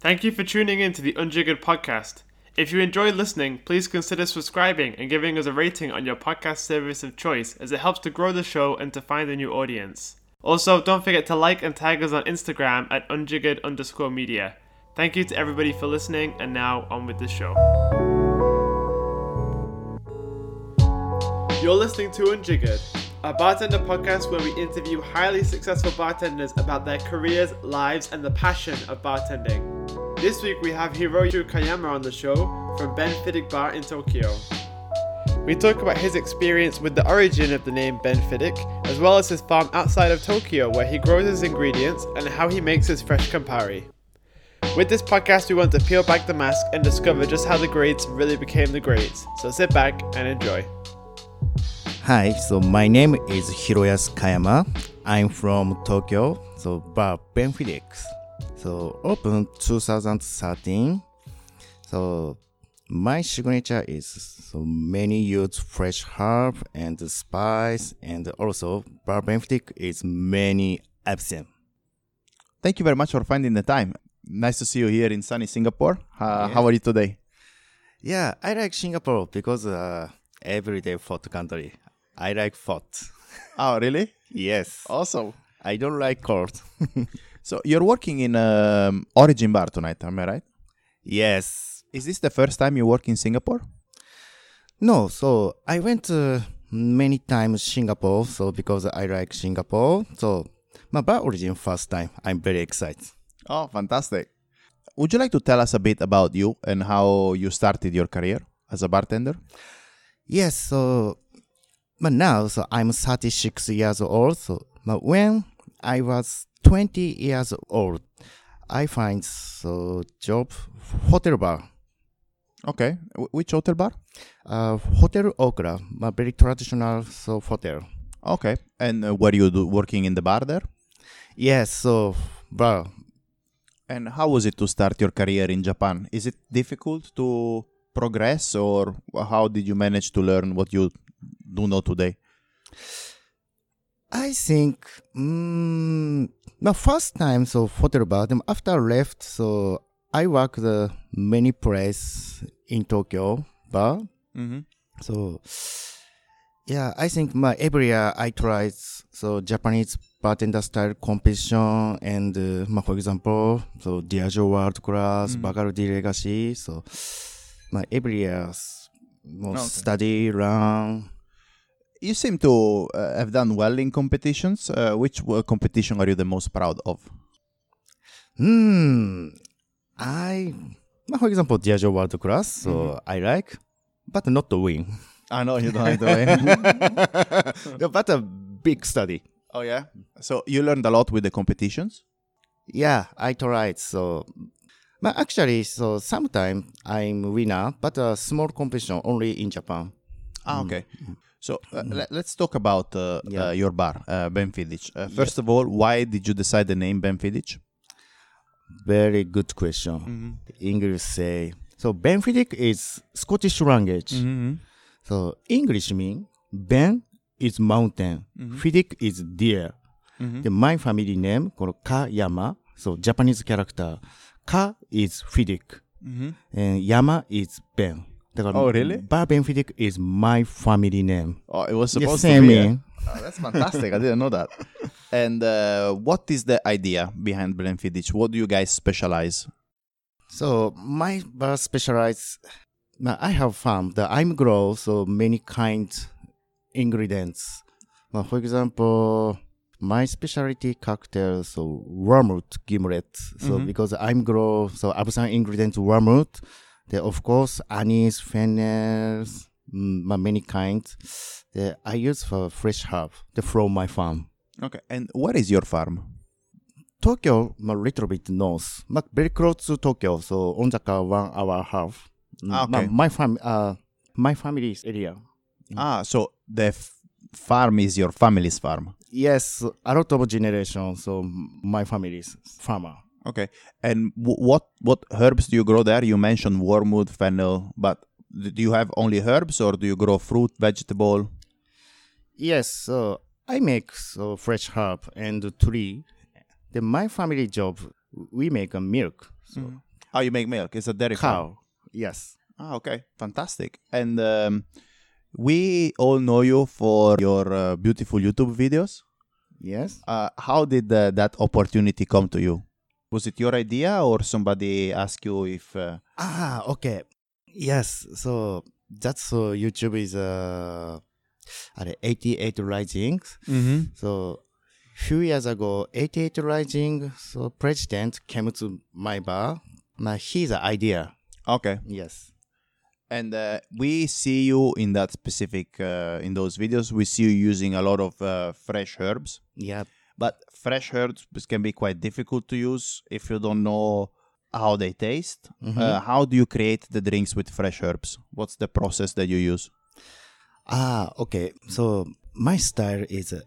Thank you for tuning in to the Unjiggered podcast. If you enjoy listening, please consider subscribing and giving us a rating on your podcast service of choice as it helps to grow the show and to find a new audience. Also, don't forget to like and tag us on Instagram at unjiggered underscore media. Thank you to everybody for listening, and now on with the show. You're listening to Unjiggered, a bartender podcast where we interview highly successful bartenders about their careers, lives, and the passion of bartending. This week we have Hiroyu Kayama on the show from Benfitic Bar in Tokyo. We talk about his experience with the origin of the name Benfitic, as well as his farm outside of Tokyo where he grows his ingredients and how he makes his fresh Campari. With this podcast, we want to peel back the mask and discover just how the greats really became the greats. So sit back and enjoy. Hi, so my name is Hiroyasu Kayama. I'm from Tokyo, so bar Benfilix. So open 2013. So my signature is so many use fresh herb and spice, and also bar Benfilix is many absent. Thank you very much for finding the time. Nice to see you here in sunny Singapore. Uh, How are you today? Yeah, I like Singapore because uh, every day food country. I like food. Oh, really? Yes, Awesome. I don't like cold. So you're working in um, Origin Bar tonight, am I right? yes, Is this the first time you work in Singapore? No, so I went uh, many times Singapore, so because I like Singapore, so my bar origin first time. I'm very excited. Oh, fantastic. Would you like to tell us a bit about you and how you started your career as a bartender? Yes, so but now so I'm 36 years old. So but when I was 20 years old, I find so job hotel bar, Okay. Wh- which hotel bar? uh, hotel okra, but very traditional so hotel. Okay. And uh, were you do- working in the bar there? Yes, so bar And how was it to start your career in Japan? Is it difficult to progress or how did you manage to learn what you do know today? I think mm, the first time so hotel bar. Then after I left, so I worked uh, many place in Tokyo bar. Mm-hmm. So yeah, I think my every year I tried so Japanese bartender style competition and uh, my- for example so Diageo World Class, Bacardi Legacy. So my every year most Okay. study run. You seem to uh, have done well in competitions. Uh, which uh, competition are you the most proud of? Hmm. I, well, for example, Diageo World Class, so I like, but not to win. I know you don't have to Yeah, but a big study. oh yeah. So you learned a lot with the competitions. Yeah, I tried. So, but actually, so sometimes I'm winner, but a small competition only in Japan. Ah, okay. So uh, le- let's talk about uh, Yeah. uh, your bar, uh, Benfidic. Uh, first of all, why did you decide the name Benfidic? Very good question. Mm-hmm. English say so. Benfidic is Scottish language. Mm-hmm. So English mean Ben is mountain, Mm-hmm. Fidic is deer. The my family name called Kayama. So Japanese character Ka is Fidic, Mm-hmm. and Yama is Ben. だから Oh, really? バーベンフィディック is my family name. Oh, it was The supposed to same be. a- name. Oh, that's fantastic. I didn't know that. And uh, what is the idea behind Benfidic? What do you guys specialize? So my bar specialize. now, I have found that I'm grow so many kind ingredients. Now, for example, my specialty cocktail so wormwood gimlet. So because I'm grow so absent ingredients wormwood, there of course anise, fennel, mm, ma- many kinds. That I use for fresh herb the from my farm. Okay. And where is your farm? Tokyo, a little bit north, but very close to Tokyo, so on the car one hour half. Mm, Ah, but okay. My fam, uh, my family's area. Ah, so the f- farm is your family's farm. Yes, a lot of generation. So my family's farmer. Okay. And w- what what herbs do you grow there? You mentioned wormwood, fennel, but d- do you have only herbs or do you grow fruit, vegetable? Yes, so I make so fresh herb and tree. Then my family job, we make a milk. So How Oh, you make milk? It's a dairy farm. Cow. Yes. Ah, okay, fantastic. And um, we all know you for your uh, beautiful YouTube videos. Yes. Uh, how did uh, that opportunity come to you? Was it your idea, or somebody asked you if? Uh, Ah, okay. Yes. So that's so YouTube is uh, 88 Rising. Mm-hmm. So few years ago, 88 Rising so president came to my bar. Now he's an idea. Okay, Yes. and uh, we see you in that specific uh, in those videos. We see you using a lot of uh, fresh herbs, Yeah. but fresh herbs can be quite difficult to use if you don't know how they taste. Mm-hmm. Uh, how do you create the drinks with fresh herbs? What's the process that you use? Ah, okay. So my style is uh,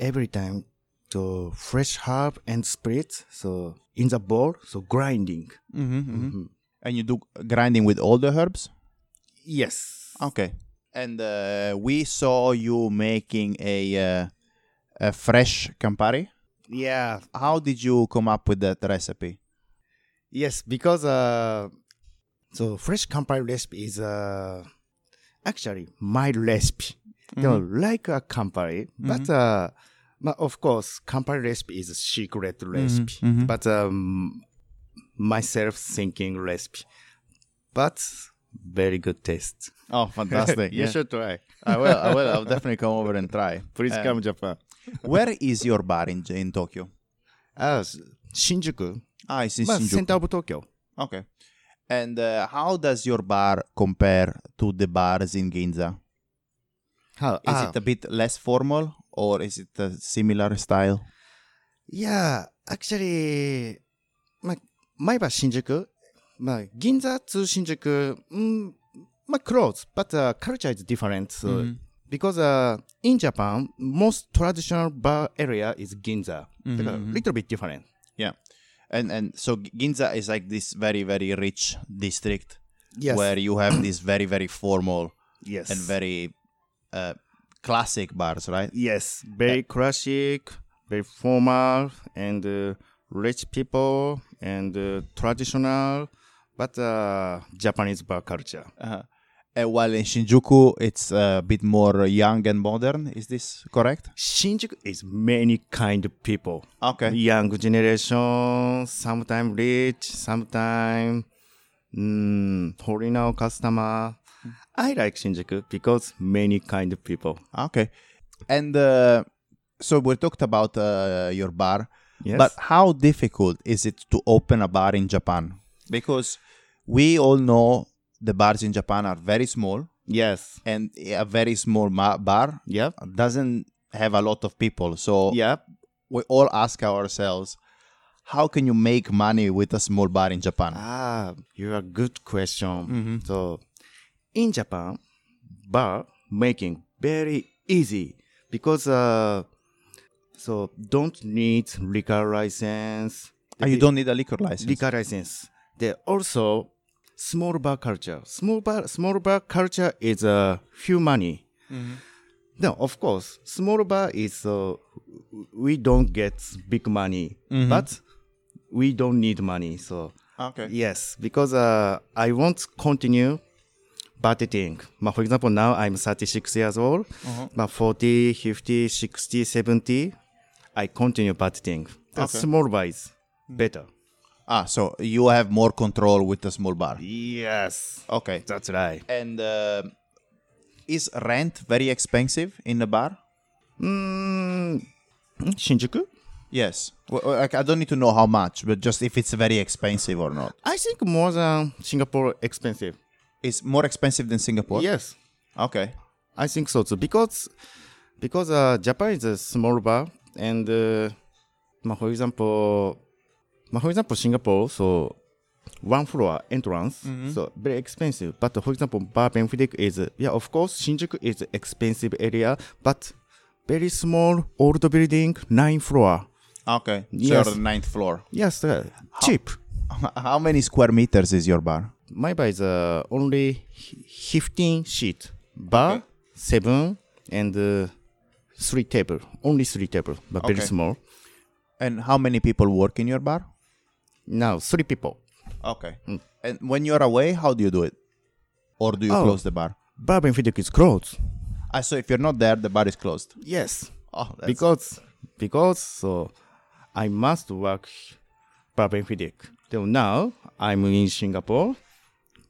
every time to fresh herb and spirits. So in the bowl, so grinding. Mm-hmm, And you do grinding with all the herbs? Yes. Okay. And uh, we saw you making a, uh, a fresh Campari. Yeah. How did you come up with that recipe? Yes, because uh, so fresh Campari recipe is uh, actually my recipe. You know, like a Campari, but uh, but of course, Campari recipe is a secret recipe. But um, myself thinking recipe, but very good taste. Oh, fantastic. You should try. I will. I will. I'll definitely come over and try. Please Uh, come Japan. Where is your bar in, in Tokyo? Uh, Shinjuku, Ah, it's in but Shinjuku. center of Tokyo. Okay. And uh, how does your bar compare to the bars in Ginza? How Is it a bit less formal or is it a similar style? Yeah, actually, my, my bar Shinjuku, my Ginza to Shinjuku, mm, my close, but uh, culture is different. So Because uh, in Japan, most traditional bar area is Ginza, a little bit different. Yeah. And and so G- Ginza is like this very very rich district Yes, where you have this very very formal yes, and very uh, classic bars, right? yes, very classic, very formal, and uh, rich people and uh, traditional, but uh, Japanese bar culture. Uh-huh. And while in Shinjuku it's a bit more young and modern. Is this correct? Shinjuku is many kind of people. Okay. Young generation, sometimes rich, sometimes mm, foreigner customer. I like Shinjuku because many kind of people. Okay. And uh, so we talked about uh, your bar, Yes. but how difficult is it to open a bar in Japan? Because we all know the bars in Japan are very small, yes. and a very small ma- bar Yep. doesn't have a lot of people. So Yep. we all ask ourselves, how can you make money with a small bar in Japan? Ah, you are good question. Mm-hmm. So, in Japan, bar making very easy because uh, so don't need liquor license. Ah, you don't need a liquor license. liquor license. They also small bar culture. Small bar small bar culture is a uh, few money. Mm-hmm. No, of course, small bar is uh, we don't get big money, but we don't need money. So Mm-hmm. okay. yes, because uh, I won't continue bartending. But for example, now I'm 36 years old. Uh-huh. But 40, 50, 60, 70, I continue bartending. The Small bar is Mm. better. Ah, so you have more control with a small bar. Yes. Okay. That's right. And uh, is rent very expensive in a bar? Mm, Shinjuku? Yes. Well, well, like, I don't need to know how much, but just if it's very expensive or not. I think more than Singapore expensive. It's more expensive than Singapore. Yes. Okay. I think so too. Because because uh, Japan is a small bar and uh, ma- for example ma- for example Singapore so one floor entrance so very expensive but for example bar Benfica is uh, yeah of course Shinjuku is expensive area but very small old building nine floor Okay. Yes. So the ninth floor. yes uh, cheap How many square meters is your bar? my bar is uh, only hi- 15 seat bar Okay. seven and uh, three table only three table but very Okay. small And how many people work in your bar? now three people Okay. Mm. And when you're away, how do you do it? Or do you Oh. close the bar? Bar Benfica is closed. Ah, so if you're not there, the bar is closed. Yes, Oh, that's because because so I must work Bar Benfica. Till now I'm in Singapore.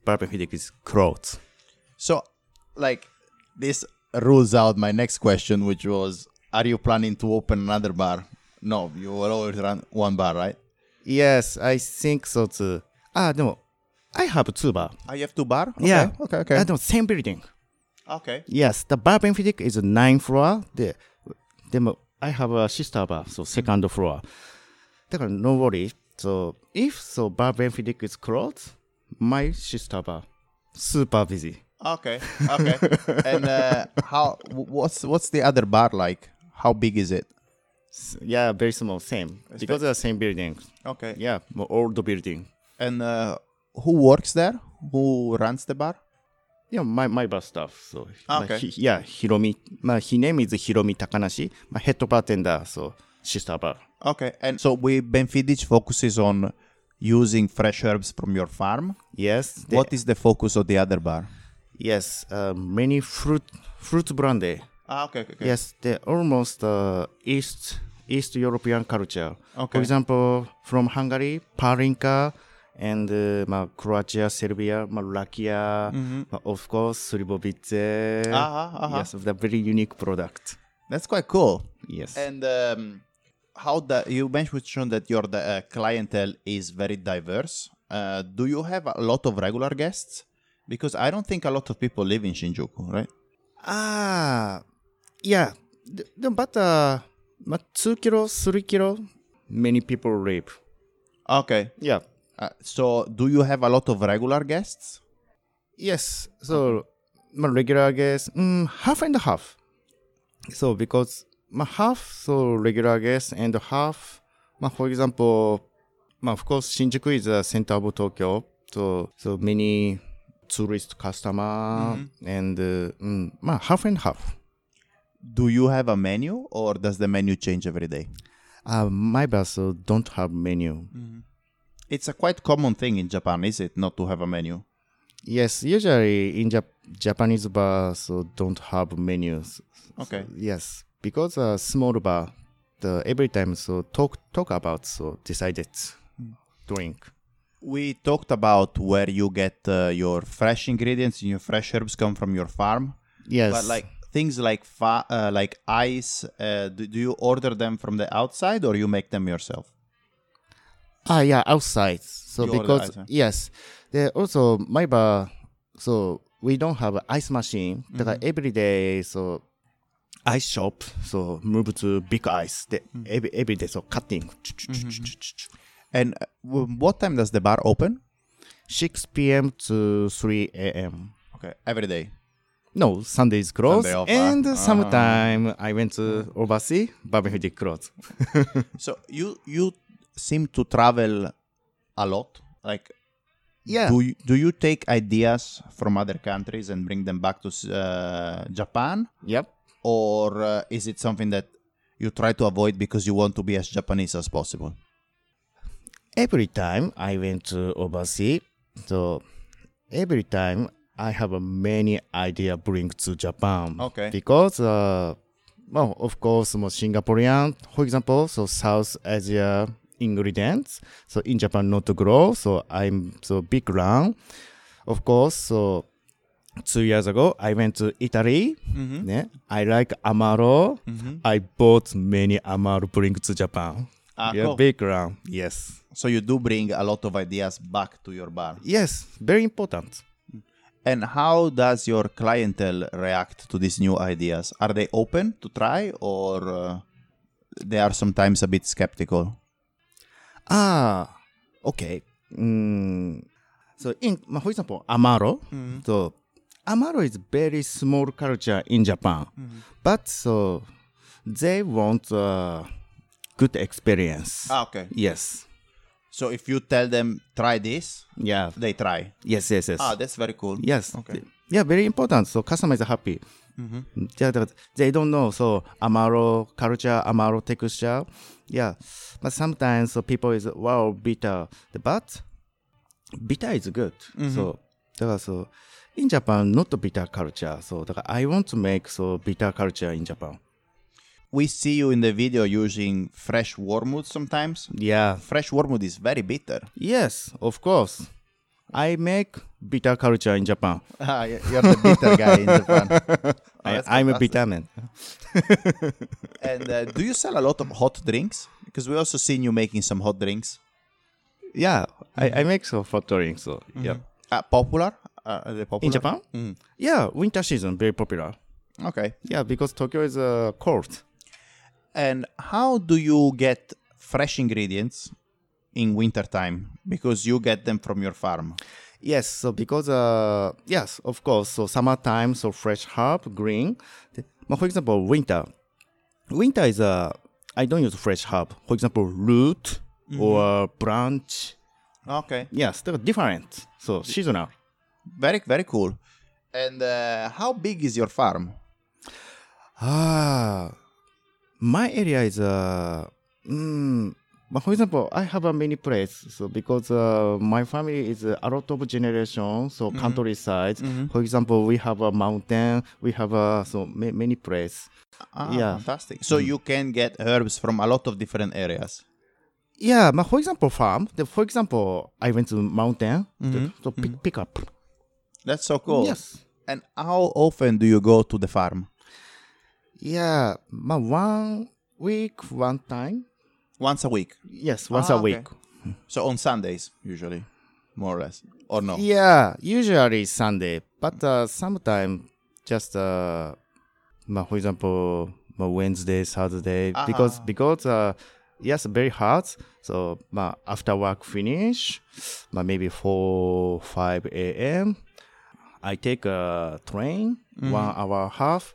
Bar Benfica is closed. so. Like this rules out my next question, which was: Are you planning to open another bar? No, you will always run one bar, right? Yes, I think so too. Ah, no, I have two bar. Ah, you have two bar. Okay, Yeah. Okay. Okay. Ah, no, same building. Okay. Yes, the bar Benfica is nine floor. The, the I have a sister bar, so second floor. だから no worry. So if so bar Benfica is closed, my sister bar super busy. Okay. Okay. and uh, how? wh- What's what's the other bar like? How big is it? S- Yeah, very small, same because the same building. Okay. Yeah, more old building. And uh, who works there? Who runs the bar? Yeah, my my bar staff. So Ah, Okay. h e yeah, Hiromi. まあ his name is Hiromi Takanashi. まあ head bartender. So sister bar. Okay. And so we Benfidich focuses on using fresh herbs from your farm. Yes. the- What is the focus of the other bar? Yes. Uh, many fruit fruit brandy. Ah, okay, okay. okay. Yes, the almost uh, East East European culture. Okay. For example, from Hungary, Parinka, and uh, ma, Croatia, Serbia, ma, Lakia, ma, Mm-hmm. of course, Sribovice. Uh-huh, uh-huh. Yes, the very unique product. That's quite cool. Yes. And um, how the you mentioned that your the, uh, clientele is very diverse. Uh, do you have a lot of regular guests? Because I don't think a lot of people live in Shinjuku, right? ah, yeah. The, the, but uh, ma, two kilo, three kilo, many people live. Okay. Yeah. Uh, so do you have a lot of regular guests? Yes. So my regular guest, mm, half and half. So because my half so regular guest and half, my for example, my of course Shinjuku is the center of Tokyo. So so many tourist customer and uh, mm, my half and half. Do you have a menu, or does the menu change every day? Uh, my vessel don't have menu. It's a quite common thing in Japan, is it, not to have a menu? Yes, usually in Jap- Japanese bars so don't have menus. Okay. Yes, because a small bar, the every time so talk talk about so decided Hmm. drink. We talked about where you get uh, your fresh ingredients and your fresh herbs come from your farm, Yes, but like things like fa- uh, like ice, uh, do, do you order them from the outside or you make them yourself? ah yeah outside. So You order because outside. yes, there also my bar so we don't have a ice machine. That Mm-hmm. every day so ice shop so move to big ice. The, Hmm. every, every day so cutting And uh, w- what time does the bar open? six p.m. to three a.m. Okay, every day. No, Sunday is closed. Sunday off, and ah. sometime I went to overseas, barbecue did close. So you you seem to travel a lot, like Yeah. Do you, do you take ideas from other countries and bring them back to uh, Japan, Yep. or uh, is it something that you try to avoid because you want to be as Japanese as possible? Every time I went to overseas, so every time I have a many idea bring to Japan. Okay. Because, uh, well, of course, more Singaporean, for example, so South Asia ingredients. So in Japan, not to grow. So I'm so big round. Of course, so two years ago, I went to Italy. Mm-hmm. Yeah, I like Amaro. I bought many Amaro bring to Japan. Ah, yeah, cool. big round. Yes. So you do bring a lot of ideas back to your bar. Yes, very important. And how does your clientele react to these new ideas? Are they open to try, or uh, they are sometimes a bit skeptical? Ah, okay. Mm. So, in ma- for example, Amaro. Mm-hmm. So, Amaro is very small culture in Japan, Mm-hmm. but so they want uh, good experience. Ah, okay. Yes. So if you tell them try this, Yeah. they try. Yes. Yes. Yes. Ah, that's very cool. yes. Okay. Mm-hmm. Yeah, very important. So, customer is happy. Yeah, that- they don't know. So, Amaro culture, Amaro texture. Yeah, but sometimes so people is wow bitter, but bitter is good. Mhm. So, だからそう、in Japan, not bitter culture. So, だから I want to make so bitter culture in Japan. We see you in the video using fresh wormwood sometimes. Yeah. Fresh wormwood is very bitter. Yes, of course. I make bitter culture in Japan. Ah, y- you're the bitter guy in Japan. I, that's I'm a bitter man. And uh, do you sell a lot of hot drinks? Because we also seen you making some hot drinks. Yeah, I, I Mm-hmm. make so hot drinks. So, yeah. Uh, popular? Uh, are they popular? In Japan? Mm. Yeah, winter season, very popular. Okay. Yeah, because Tokyo is uh, cold. And how do you get fresh ingredients in wintertime? Because you get them from your farm. Yes, so because uh yes, of course, so summertime, so fresh herb, green. The- but For example, winter. Winter is uh I don't use fresh herb. For example, root or branch. Okay. Yes, they're different. So seasonal. Very, very cool. And uh, how big is your farm? Ah, my area is uh, mm, but for example, I have a many place. So because uh, my family is uh, a lot of generation, so Mm-hmm. countryside. For example, we have a mountain. We have a so ma- many place. Ah, Yeah. Mm. fantastic. So you can get herbs from a lot of different areas. Yeah, but for example, farm. The, for example, I went to mountain to, to pick, pick up. That's so Mm-hmm. cool. Yes. And how often do you go to the farm? Yeah, but one week, one time. Once a week. Yes, once Ah, a okay. week. So on Sundays, usually, more or less. Or no? Yeah, usually Sunday, but uh, sometimes just uh, ma- for example, ma- Wednesday, Saturday, because because uh, yes, very hard. So ma- after work finish, ma- maybe four five a.m. I take a train, one hour half,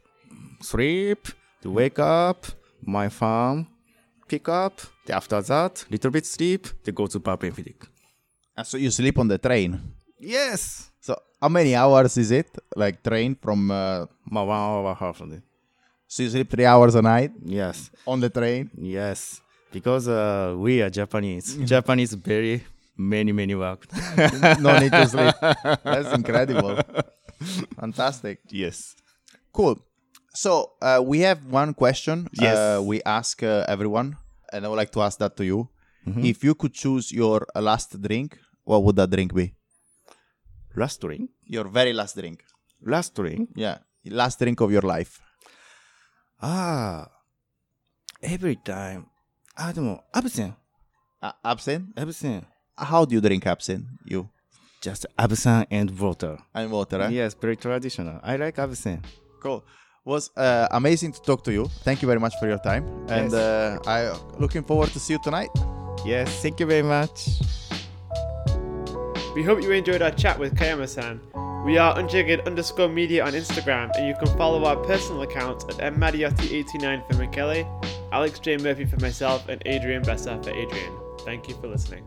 sleep, to wake up, my farm, pick up. then After that, little bit sleep, then go to Papua New Guinea. Ah, So you sleep on the train. Yes. So how many hours is it? Like train from? Uh, Ma one hour half of it. so you sleep three hours a night Yes, on the train. yes. Because uh, we are Japanese. Japanese very many many work. No need to sleep. That's incredible. Fantastic. yes. Cool. So uh, we have one question. Yes. Uh, we ask uh, everyone, and I would like to ask that to you. If you could choose your uh, last drink, what would that drink be? Last drink. Your very last drink. Last drink. Yeah. Last drink of your life. Ah. Every time. Ah, でも absent. Uh, absinthe? Absent. How do you drink absinthe? You Just absinthe and water. and water. Eh? Yes, very traditional. I like absinthe. Cool. Was uh, amazing to talk to you. Thank you very much for your time, and Yes. uh, I looking forward to see you tonight. Yes, thank you very much. We hope you enjoyed our chat with Kayama-san. We are unjiggered underscore media on Instagram, and you can follow our personal accounts at mmadiotti89 for Michele, Alex J. Murphy for myself, and Adrian Besser for Adrian. Thank you for listening.